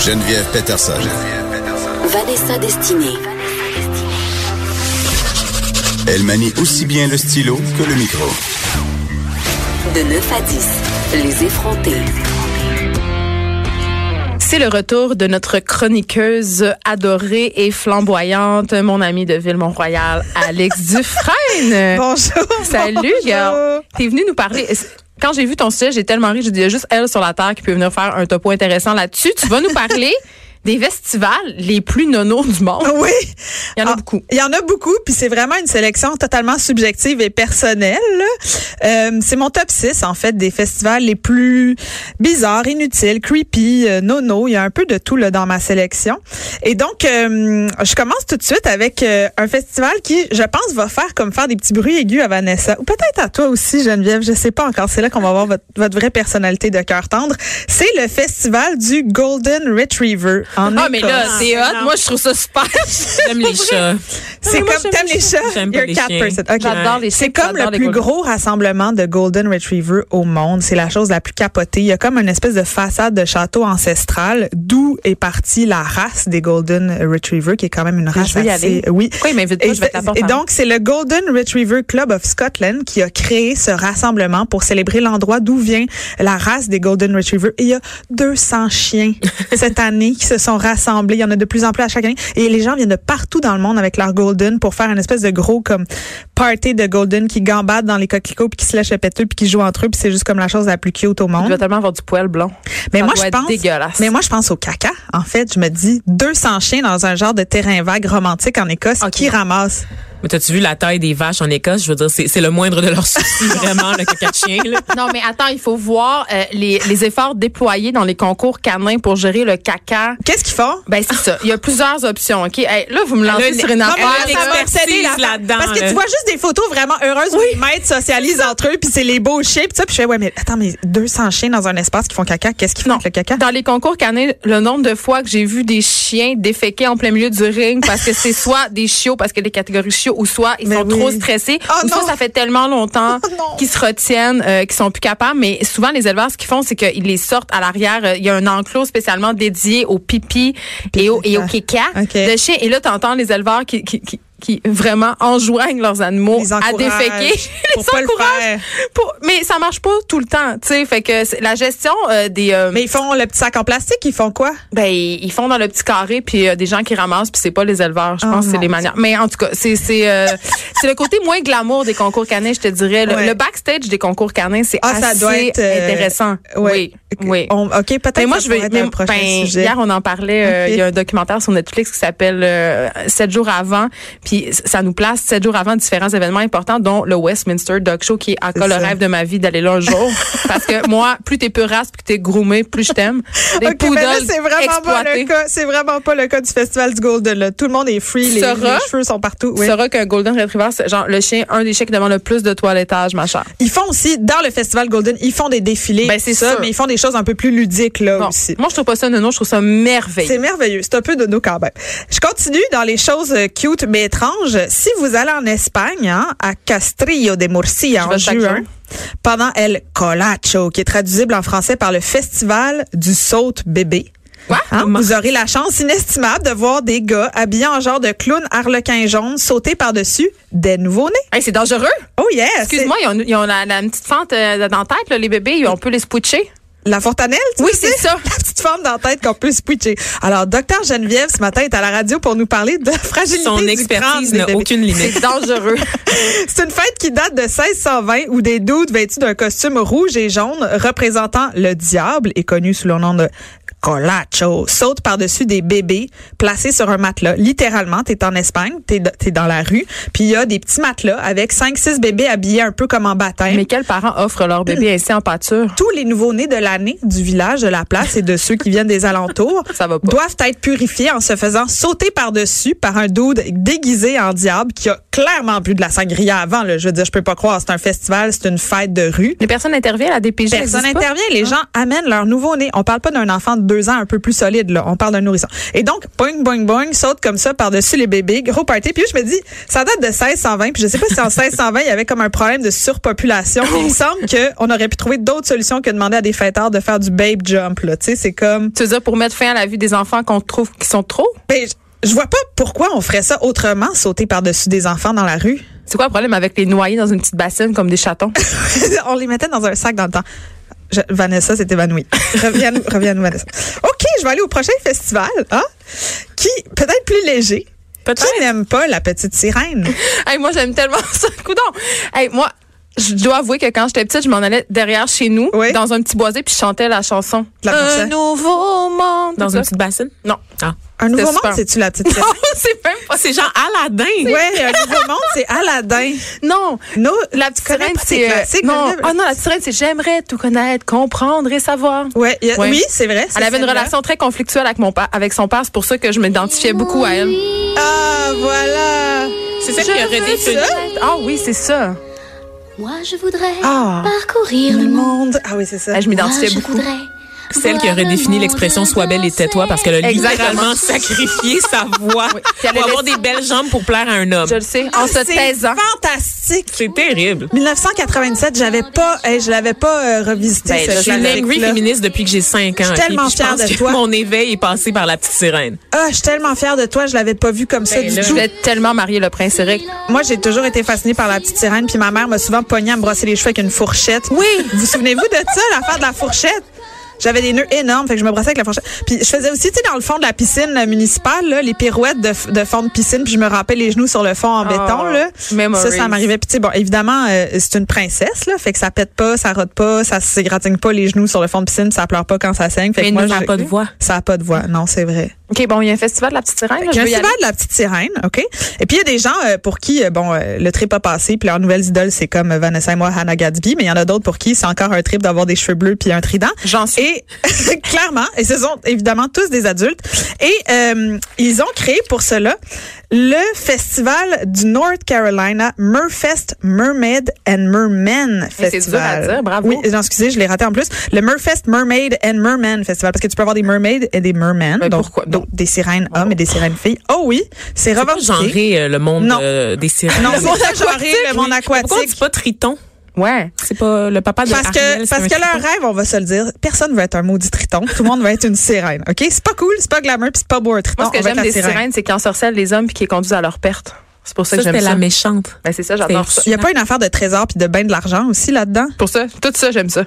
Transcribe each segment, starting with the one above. Geneviève Peterson. Vanessa Destinée. Elle manie aussi bien le stylo que le micro. De 9 à 10, les effrontés. C'est le retour de notre chroniqueuse adorée et flamboyante, mon amie de Ville-Mont-Royal, Alex Dufresne. Bonjour. Euh, Salut, bonjour. girl. T'es venue nous parler. Quand j'ai vu ton sujet, j'ai tellement ri, j'ai dit, il y a juste elle sur la Terre qui peut venir faire un topo intéressant là-dessus. Tu vas nous parler des festivals les plus nonos du monde. Oui. Il y en a Ah, beaucoup. Il y en a beaucoup, puis c'est vraiment une sélection totalement subjective et personnelle. là. Euh, c'est mon top 6, en fait, des festivals les plus bizarres, inutiles, creepy, euh, nono. Il y a un peu de tout là, dans ma sélection. Et donc, euh, je commence tout de suite avec euh, un festival qui, je pense, va faire comme faire des petits bruits aigus à Vanessa, ou peut-être à toi aussi, Geneviève, je sais pas encore. C'est là qu'on va voir votre, votre vraie personnalité de cœur tendre. C'est le festival du Golden Retriever en Ah, mais là, Écosse. c'est hot. Non. Moi, je trouve ça super. J'aime les chats. C'est moi, comme j'aime t'aimes les les chats, chiens. J'aime pas you're les a cat chiens. person. OK. J'adore les C'est chiens, comme j'adore le les plus golden. gros rassemblement de golden retriever au monde. C'est la chose la plus capotée. Il y a comme une espèce de façade de château ancestral d'où est partie la race des golden retriever qui est quand même une race vais y assez aller. oui. Pourquoi il m'invite pas? Et, Je vais te la porte et en- donc, c'est le Golden Retriever Club of Scotland qui a créé ce rassemblement pour célébrer l'endroit d'où vient la race des Golden Retrievers. Et il y a 200 chiens cette année qui se sont rassemblés. Il y en a de plus en plus à chaque année. Et les gens viennent de partout dans le monde avec leur Golden pour faire une espèce de gros comme party de Golden qui gambade dans les coquelicots puis qui se lèchent le péteux puis qui jouent entre eux puis c'est juste comme la chose la plus cute au Je vais monde. tellement avoir du poil blond. Mais Ça moi, doit je être pense. dégueulasse. Mais moi, je pense au caca. En fait, je me dis 200 chiens dans un genre de terrain vague romantique en Écosse Ok. qui ramasse Mais t'as-tu vu la taille des vaches en Écosse? Je veux dire, c'est c'est le moindre de leurs soucis, vraiment, le caca de chien. là. Non, mais attends, il faut voir euh, les, les efforts déployés dans les concours canins pour gérer le caca. Qu'est-ce qu'ils font? Ben, c'est ça. Il y a plusieurs options, OK? Hey, là, vous me lancez Elle a sur une une- affaire. elle a une là. expertise. Perceler la- là-dedans, Parce que là. tu vois juste des photos vraiment heureuses où les maîtres socialisent entre eux, puis c'est les beaux chiens, puis ça, puis je fais, ouais, mais attends, mais 200 chiens dans un espace qui font caca, qu'est-ce qu'ils font Non. avec le caca? Dans les concours canins, le nombre de fois que j'ai vu des chiens déféqués en plein milieu du ring parce que c'est soit des chiots, parce que les catégories chiots, ou soit ils Mais sont oui. trop stressés, Oh ou soit non. ça fait tellement longtemps Oh non. qu'ils se retiennent, euh, qu'ils sont plus capables. Mais souvent, les éleveurs, ce qu'ils font, c'est qu'ils les sortent à l'arrière. Euh, Il y a un enclos spécialement dédié au pipi et au, et au kéka Ok. de chiens. Et là, t'entends les éleveurs qui... qui, qui qui vraiment enjoignent leurs animaux Ils à encouragent déféquer. pour les pas le encouragent faire. pour- mais ça marche pas tout le temps, tu sais. Fait que c'est- la gestion euh, des, euh, Mais ils font le petit sac en plastique, ils font quoi? ben, ils ils font dans le petit carré, puis euh, des gens qui ramassent, puis c'est pas les éleveurs. Je Oh pense que c'est mon les manières. Mais en tout cas, c'est c'est euh, c'est le côté moins glamour des concours canins, je te dirais. Le, Ouais. le backstage des concours canins, c'est Ah, assez ça doit être, euh, intéressant. ouais. Oui, oui. On- OK, peut-être Mais moi, que ça je veux. pourrait être mais- un prochain ben, sujet. Hier, on en parlait. euh, Ok. Il y a un documentaire sur Netflix qui s'appelle euh, Sept jours avant. Puis c- ça nous place sept jours avant différents événements importants, dont le Westminster Dog Show, qui est encore le ça. rêve de ma vie d'aller là un jour. Parce que moi, plus t'es peurasse, plus t'es groomé, plus je t'aime. Des OK, ben là, poodles c'est vraiment pas exploités. le cas. C'est vraiment pas le cas du Festival du Golden. là. Tout le monde est free, les, Sera- les cheveux sont partout. oui. Tu sauras qu'un Golden Retriever, c'est genre le chien, un des chiens qui demande le plus de toilettage, ma chère. Ils font aussi, dans le Festival Golden, ils font des défilés, Ben, c'est ça, sûr. mais ils font des choses un peu plus ludiques là Bon, aussi. moi, ben, je trouve pas ça nono, je trouve ça merveilleux. C'est merveilleux. C'est un peu de nous quand même. Je continue dans les choses euh, cute mais étranges. Si vous allez en Espagne, hein, à Castrillo de Murcia Je en vais chaque juin, jour. pendant El Colacho, qui est traduisible en français par le Festival du saute bébé. Quoi? Hein, Comment? vous aurez la chance inestimable de voir des gars habillés en genre de clown harlequin jaune sauter par-dessus des nouveaux-nés. Hey, c'est dangereux. Oh yes! Excuse-moi, ils ont, ils ont la, la petite fente euh, dans la tête, là, les bébés, ils- on peut les spoucher. La fontanelle? tu Oui, veux c'est dire? ça. La petite forme dans la tête qu'on peut switcher. Alors, docteur Geneviève, ce matin, est à la radio pour nous parler de la fragilité Son du crâne expertise des n'a bébés. aucune limite. C'est dangereux. C'est une fête qui date de 1620 où des doutes vêtus d'un costume rouge et jaune représentant le diable et connu sous le nom de Colacho. Saute par-dessus des bébés placés sur un matelas. Littéralement, t'es en Espagne, t'es d- t'es dans la rue, puis il y a des petits matelas avec 5-6 bébés habillés un peu comme en baptême. Mais quels parents offrent leur bébé ainsi en pâture? tous les nouveaux-nés de l'année, du village, de la place et de ceux qui viennent des alentours Ça va pas. doivent être purifiés en se faisant sauter par-dessus par un dude déguisé en diable qui a clairement bu de la sangria avant. Là. Je veux dire, je peux pas croire. C'est un festival, c'est une fête de rue. Les personnes interviennent à la DPJ. Personne n'existe pas? n'intervient. Les gens amènent leur nouveau-né. On parle pas d'un enfant de deux ans un peu plus solide, là. On parle d'un nourrisson. Et donc, boing, boing, boing, saute comme ça par-dessus les bébés. Gros party. Puis je me dis, ça date de 1620. Puis je sais pas si en 1620, il y avait comme un problème de surpopulation. Puis il me semble qu'on aurait pu trouver d'autres solutions que demander à des fêtards de faire du babe jump, là. Tu sais, c'est comme, Tu veux dire pour mettre fin à la vie des enfants qu'on trouve qui sont trop? ben, je- je vois pas pourquoi on ferait ça autrement, sauter par-dessus des enfants dans la rue. C'est quoi le problème avec les noyer dans une petite bassine comme des chatons? on les mettait dans un sac dans le temps. Je- Vanessa s'est évanouie. Reviens, reviens, Vanessa. OK, je vais aller au prochain festival, hein, qui peut-être plus léger. Peut-être. Qui n'aime pas la petite sirène? Hey, moi, j'aime tellement ça. Coudon. Hey, moi, je dois avouer que quand j'étais petite, je m'en allais derrière chez nous, Oui. dans un petit boisé, puis je chantais la chanson. La un chanson. nouveau monde. Dans Ça. une petite bassine? Non. Ah. Un nouveau super. monde, c'est-tu la petite Non, sirène? c'est même pas. C'est genre Aladdin. Ouais, un nouveau monde, c'est Aladdin. Non. No, La petite tu connais sirène, pas tes c'est. euh, classiques, non. Geneviève? Ah non, la petite sirène, c'est j'aimerais tout connaître, comprendre et savoir. Ouais, y a- Ouais. Euh, Oui, c'est vrai. c'est Elle avait une celle-là. relation très conflictuelle avec, mon père, avec son père, c'est pour ça que je m'identifiais beaucoup à elle. Ah, voilà. C'est celle qui a redéfini. Ah oui, c'est ça. Moi, je voudrais Ah. parcourir Le le monde. monde. Ah oui, c'est ça. Ah, Je Moi, m'identifiais je beaucoup. voudrais Celle qui a voir le redéfini monde l'expression Sois belle et tais-toi parce qu'elle a Exactement. littéralement sacrifié sa voix Oui. Puis elle pour avoir laissé- des belles jambes pour plaire à un homme. Je le sais. Ah, en se hein. c'est taisant. Fantastique. C'est terrible. 1987, j'avais pas, eh, je l'avais pas euh, revisité. Ben, ce je Je suis une classique-là. angry féministe depuis que j'ai 5 Je ans. suis ok? tellement Puis je fière pense de que toi. Mon éveil est passé par la petite sirène. Ah, je suis tellement fière de toi, je l'avais pas vu comme ça Ben du là. Je tout. voulais tellement marier le prince Eric. Moi, j'ai toujours été fascinée par la petite sirène, puis ma mère m'a souvent pognée à me brosser les cheveux avec une fourchette. Oui! Vous vous souvenez-vous de ça, l'affaire de la fourchette? J'avais des nœuds énormes, fait que je me brossais avec la fourchette. Puis je faisais aussi, tu sais, dans le fond de la piscine euh, municipale, là, les pirouettes de, f- de fond de piscine, puis je me rappelais les genoux sur le fond Ah, en Oh, béton, là. memories. Ça, ça m'arrivait. Puis tu sais, bon, évidemment, euh, c'est une princesse, là, fait que ça pète pas, ça rote pas, ça s'égratigne pas les genoux sur le fond de piscine, ça pleure pas quand ça saigne. Fait Mais que moi, elle n'a je- pas de voix. Ça a pas de voix, non, c'est vrai. OK, bon, il y a un festival de la petite sirène. là, je Il y a un veux y aller. festival de la petite sirène, OK? Et puis, il y a des gens euh, pour qui, euh, bon, euh, le trip a passé, puis leurs nouvelles idoles, c'est comme euh, Vanessa et moi, Hannah Gadsby, mais il y en a d'autres pour qui c'est encore un trip d'avoir des cheveux bleus puis un trident. J'en suis. Et clairement, et ce sont évidemment tous des adultes. Et euh, ils ont créé pour cela le festival du North Carolina Murfest Mermaid and Merman Mais Festival. c'est dur à dire, bravo. Oui, non, excusez, je l'ai raté en plus. Le Murfest Mermaid and Merman Festival, parce que tu peux avoir des mermaids et des mermen. Mais donc, pourquoi? donc, des sirènes hommes et des sirènes filles. Oh oui, c'est Pas revendiqué. genrer euh, le monde Non. euh, des sirènes. Non, Oui. c'est pas genré, le monde Oui. Pourquoi on dit aquatique. pas Triton? Ouais. C'est pas le papa de Parce que, Ariel, c'est parce un que leur triton. rêve, on va se le dire, personne veut être un maudit triton. Tout le monde veut être une sirène. OK? C'est pas cool, c'est pas glamour, puis c'est pas beau un triton. Moi, ce on que veut j'aime être la des sirène. sirènes, c'est qu'ils ensorcellent les hommes puis qu'ils les conduisent à leur perte. C'est pour ça, ça, que j'aime c'était ça. la méchante. Ben, c'est ça, j'adore ça. C'était- Il n'y a pas une affaire de trésor puis de bain de l'argent aussi là-dedans? Pour ça, tout ça, j'aime ça.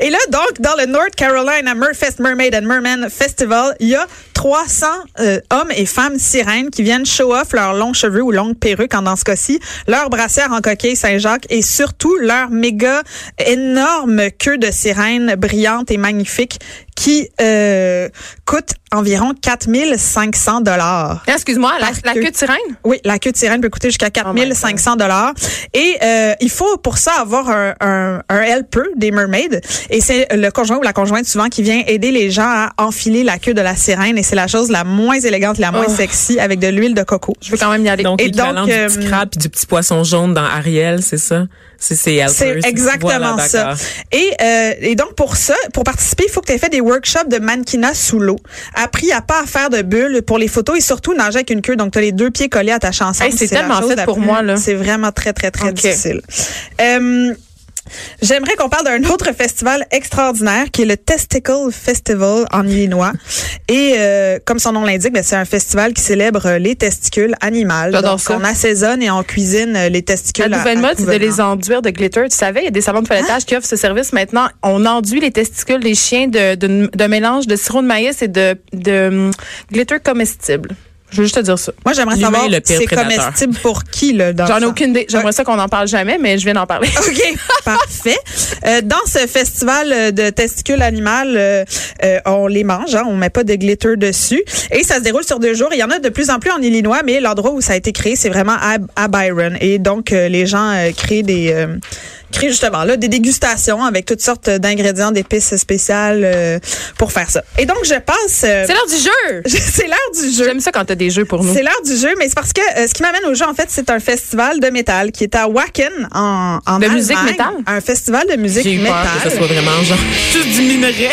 Et là, donc, dans le North Carolina Murfest Mermaid and Merman Festival, il y a 300 euh, hommes et femmes sirènes qui viennent show off leurs longs cheveux ou longues perruques, en dans ce cas-ci, leur brassière en coquille Saint-Jacques et surtout leur méga énorme queue de sirène brillante et magnifique qui euh, coûte environ 4500 dollars. Excuse-moi, la, Parce la que- queue de sirène? Oui, la queue de sirène peut coûter jusqu'à Oh my God. 4500 dollars et euh, il faut pour ça avoir un, un, un helper des mermaids et c'est le conjoint ou la conjointe souvent qui vient aider les gens à enfiler la queue de la sirène et c'est la chose la moins élégante, la moins Oh. sexy avec de l'huile de coco. Je veux quand même y aller. Donc, Et l'équivalent donc, du euh, petit crabe puis du petit poisson jaune dans Ariel, c'est ça? C'est c'est Helper, C'est c'est- exactement voilà, ça. d'accord. Et, euh, et donc, pour ça, pour participer, il faut que tu aies fait des workshops de mannequinat sous l'eau. Appris à pas à faire de bulles pour les photos et surtout nager avec une queue. Donc, tu as les deux pieds collés à ta chanson. Hey, c'est tellement fait pour moi, là. C'est vraiment très, très, très Ok. difficile. Euh, J'aimerais qu'on parle d'un autre festival extraordinaire qui est le Testicle Festival en Illinois. Et euh, comme son nom l'indique, ben, c'est un festival qui célèbre euh, les testicules animales. J'adore Donc, ça. on assaisonne et on cuisine euh, les testicules. La à- nouvelle à mode, c'est de couvernement. les enduire de glitter. Tu savais, il y a des salons de toilettage qui offrent ce service maintenant. On enduit les testicules des chiens de- de- d'un mélange de sirop de maïs et de, de hum, glitter mm, comestible. Je veux juste te dire ça. Moi, j'aimerais L'humain savoir est le pire c'est prédateur. comestible pour qui, là, dans J'en ai le aucune idée. J'aimerais ça qu'on n'en parle jamais, mais je viens d'en parler. OK, parfait. Euh, dans ce festival euh, de testicules animales, euh, euh, on les mange, hein, on met pas de glitter dessus. Et ça se déroule sur deux jours. Il y en a de plus en plus en Illinois, mais l'endroit où ça a été créé, c'est vraiment à, à Byron. Et donc, euh, les gens euh, créent des... euh, créent justement là des dégustations avec toutes sortes d'ingrédients d'épices spéciales euh, pour faire ça. Et donc je passe euh, C'est l'heure du jeu! c'est l'heure du jeu. J'aime ça quand t'as des jeux pour nous. C'est l'heure du jeu, mais c'est parce que euh, ce qui m'amène au jeu, en fait, c'est un festival de métal qui est à Wacken, en, en De Allemagne. musique métal? Un festival de musique J'ai eu peur que ce métal. soit vraiment genre juste du minerai.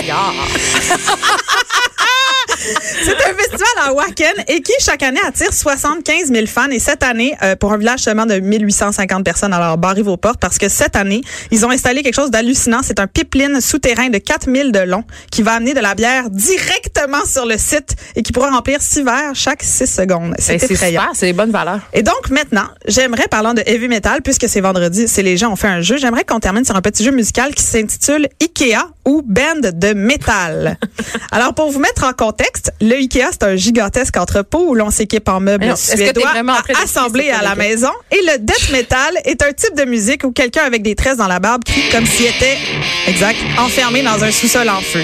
C'est un festival à Wacken et qui, chaque année, attire 75 000 fans. Et cette année, euh, pour un village seulement de 1850 personnes, alors barrez vos portes parce que cette année, ils ont installé quelque chose d'hallucinant. C'est un pipeline souterrain de 4000 de long qui va amener de la bière directement sur le site et qui pourra remplir 6 verres chaque 6 secondes. C'est Ben, c'est effrayant. super, c'est des bonnes valeurs. Et donc maintenant, j'aimerais, parlant de heavy metal, puisque c'est vendredi, c'est les gens ont fait un jeu, j'aimerais qu'on termine sur un petit jeu musical qui s'intitule Ikea ou Band de métal. Alors pour vous mettre en contexte, le Ikea, c'est un gigantesque entrepôt où l'on s'équipe en meubles Mais non, est-ce que t'es suédois vraiment en train à- d'expliquer assemblés c'est à quoi la l'Ikea? maison. Et le death metal est un type de musique où quelqu'un avec des tresses dans la barbe crie comme s'il était, exact, enfermé dans un sous-sol en feu.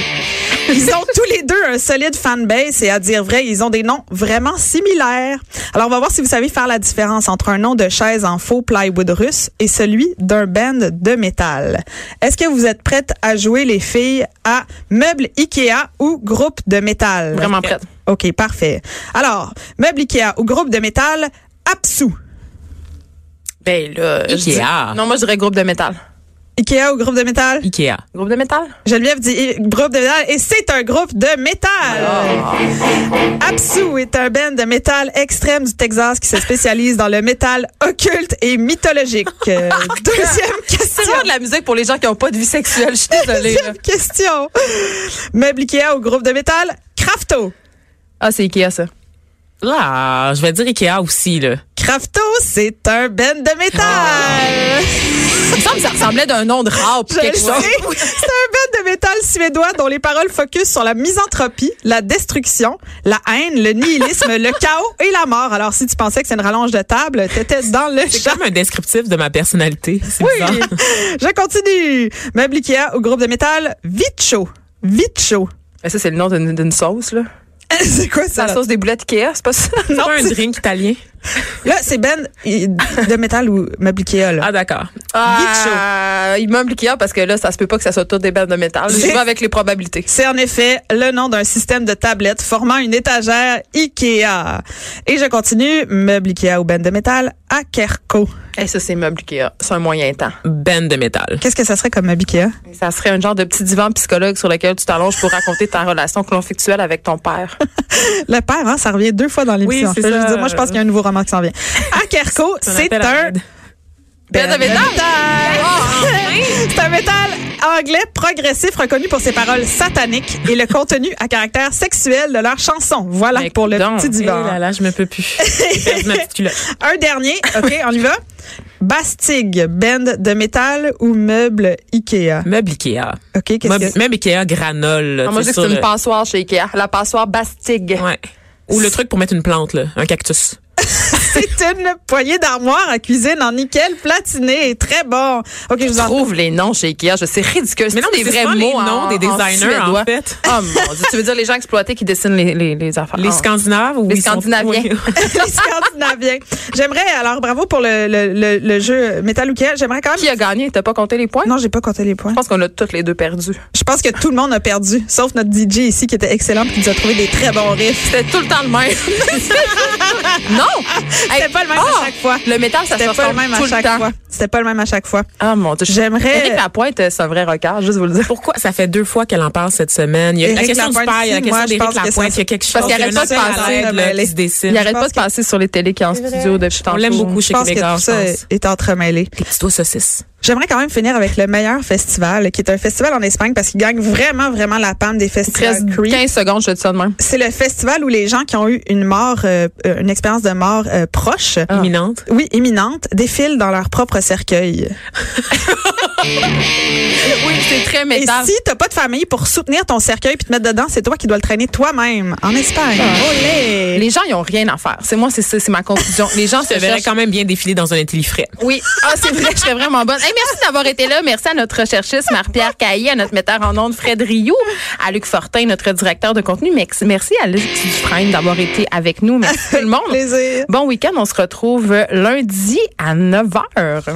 Ils ont tous les deux un solide fanbase et à dire vrai, ils ont des noms vraiment similaires. Alors, on va voir si vous savez faire la différence entre un nom de chaise en faux plywood russe et celui d'un band de métal. Est-ce que vous êtes prêtes à jouer, les filles, à meubles Ikea ou groupe de métal? Vraiment prête. OK, parfait. Alors, meubles Ikea ou groupe de métal, Apsu. Ben là. je Ikea. dis- Non, moi, je dirais groupe de métal. Ikea ou groupe de métal? Ikea. Groupe de métal? Geneviève dit eh, groupe de métal et c'est un groupe de métal. Absu est un band de métal extrême du Texas qui se spécialise dans le métal occulte et mythologique. Euh, Deuxième question. C'est vraiment de la musique pour les gens qui n'ont pas de vie sexuelle. Je suis désolée. là. Deuxième question. Meuble Ikea au groupe de métal, Crafto. Ah, c'est Ikea, ça. Là, Ah, je vais dire Ikea aussi, là. Crafto, c'est un band de métal. Ah. Il me semble que ça ressemblait d'un nom de rap ou Je quelque le chose. sais. C'est un band de métal suédois dont les paroles focus sur la misanthropie, la destruction, la haine, le nihilisme, le chaos et la mort. Alors, si tu pensais que c'est une rallonge de table, t'étais dans le C'est champ. comme un descriptif de ma personnalité. C'est bizarre. Oui. Je continue. Meuble Ikea au groupe de métal Vicho. Vicho. Ben, ça, c'est le nom d'une d'une sauce, là. C'est quoi C'est ça? la sauce des boulettes Ikea, c'est pas ça? C'est pas un drink italien. Là, c'est Ben i- de métal ou Meuble Ikea, là? Ah, d'accord. Ah, immeuble Ikea, parce que là, ça se peut pas que ça soit toutes des bandes de métal. Je C'est- vais avec les probabilités. C'est en effet le nom d'un système de tablettes formant une étagère Ikea. Et je continue, meuble Ikea ou band de métal, Akerco. Et Eh, ça, c'est immeuble Ikea. C'est un moyen temps. Ben de métal. Qu'est-ce que ça serait comme meuble Ikea? Ça serait un genre de petit divan psychologue sur lequel tu t'allonges pour raconter ta relation conflictuelle avec ton père. Le père, hein, ça revient deux fois dans l'émission. Oui, c'est Je veux ça. dire, moi, je pense qu'il y a un nouveau roman qui s'en vient. Akerco, Ça c'est m'appelle à un l'aide. Ben de métal! Ah, C'est un métal anglais progressif reconnu pour ses paroles sataniques et le contenu à caractère sexuel de leurs chansons. Voilà Mais pour le donc, petit divan. eh là là, je me peux plus. J'ai perdu ma petite culotte. Un dernier, OK, on y va. Bastig, band de métal ou meuble Ikea? Meuble Ikea. OK, qu'est-ce Meuble, que... meuble Ikea granole. là, Ah, moi, tu je dis sais, que c'est sur une passoire chez Ikea. La passoire Bastig. le- Ouais. Ou le truc pour mettre une plante, là. Un cactus. C'est une poignée d'armoire à cuisine en nickel platiné et très bon. OK, je vous en Trouve les noms chez Ikea. Je sais ridicule. Mais non, C'est mais c'est des vrais souvent les mots noms en- des designers, en suédois. fait. Oh mon Dieu, tu veux dire les gens exploités qui dessinent les, les, les affaires. Les Ah. Scandinaves ou Les ils sont- Scandinaviens. Oui. les Scandinaviens. J'aimerais, alors bravo pour le, le, le, le jeu Metal ou Ikea. J'aimerais quand même... Qui a gagné? T'as pas compté les points? Non, j'ai pas compté les points. Je pense qu'on a toutes les deux perdu. Je pense que tout le monde a perdu, sauf notre DJ ici qui était excellent et qui nous a trouvé des très bons riffs. C'était tout le temps le même. non! C'était pas le même à chaque fois. oh! Le métal, ça se C'était pas le ressemble même à tout le chaque temps. fois. C'était pas le même à chaque fois. Ah mon Dieu. J'aimerais- Éric Lapointe, euh, c'est un vrai record, juste vous le dire. Pourquoi? Ça fait deux fois qu'elle en parle cette semaine. Il y a Éric la question Lapointe, du père, il y si, a la question moi, je d'Éric pense que Lapointe. ça- Il y a quelque chose. qu'il il y a arrête un pas de enfant à parler, l'aide, là, là, les- qui se dessine. Il n'arrête pas pense de passer sur les télés qui en studio depuis tantôt. On l'aime beaucoup chez Je pense que Québécois, tout je ça pense. est entremêlé. Des petits doigts saucisses. J'aimerais quand même finir avec le meilleur festival, qui est un festival en Espagne parce qu'il gagne vraiment, vraiment la panne des Il te festivals. reste Creep. 15 secondes, je te dis ça de même. C'est le festival où les gens qui ont eu une mort, euh, euh, une expérience de mort euh, proche, Ah. Imminente. oui, imminente, défilent dans leur propre cercueil. Oui, c'est C'est très Et métal. si t'as pas de famille pour soutenir ton cercueil puis te mettre dedans, c'est toi qui dois le traîner toi-même en Espagne. Olé! Les gens, ils ont rien à faire. C'est moi, c'est ça, c'est ma conclusion. Les gens se Je te verrais cherchent. quand même bien défiler dans un intelligent. Oui. Ah, c'est vrai, j'étais vraiment bonne. Hey, merci d'avoir été là. Merci à notre recherchiste Marie-Pierre Caillé, à notre metteur en ondes Fred Rioux, à Luc Fortin, notre directeur de contenu. Mex- Merci à Luc Dufresne d'avoir été avec nous. Merci tout le monde. Plaisir. Bon week-end. On se retrouve lundi à 9 h.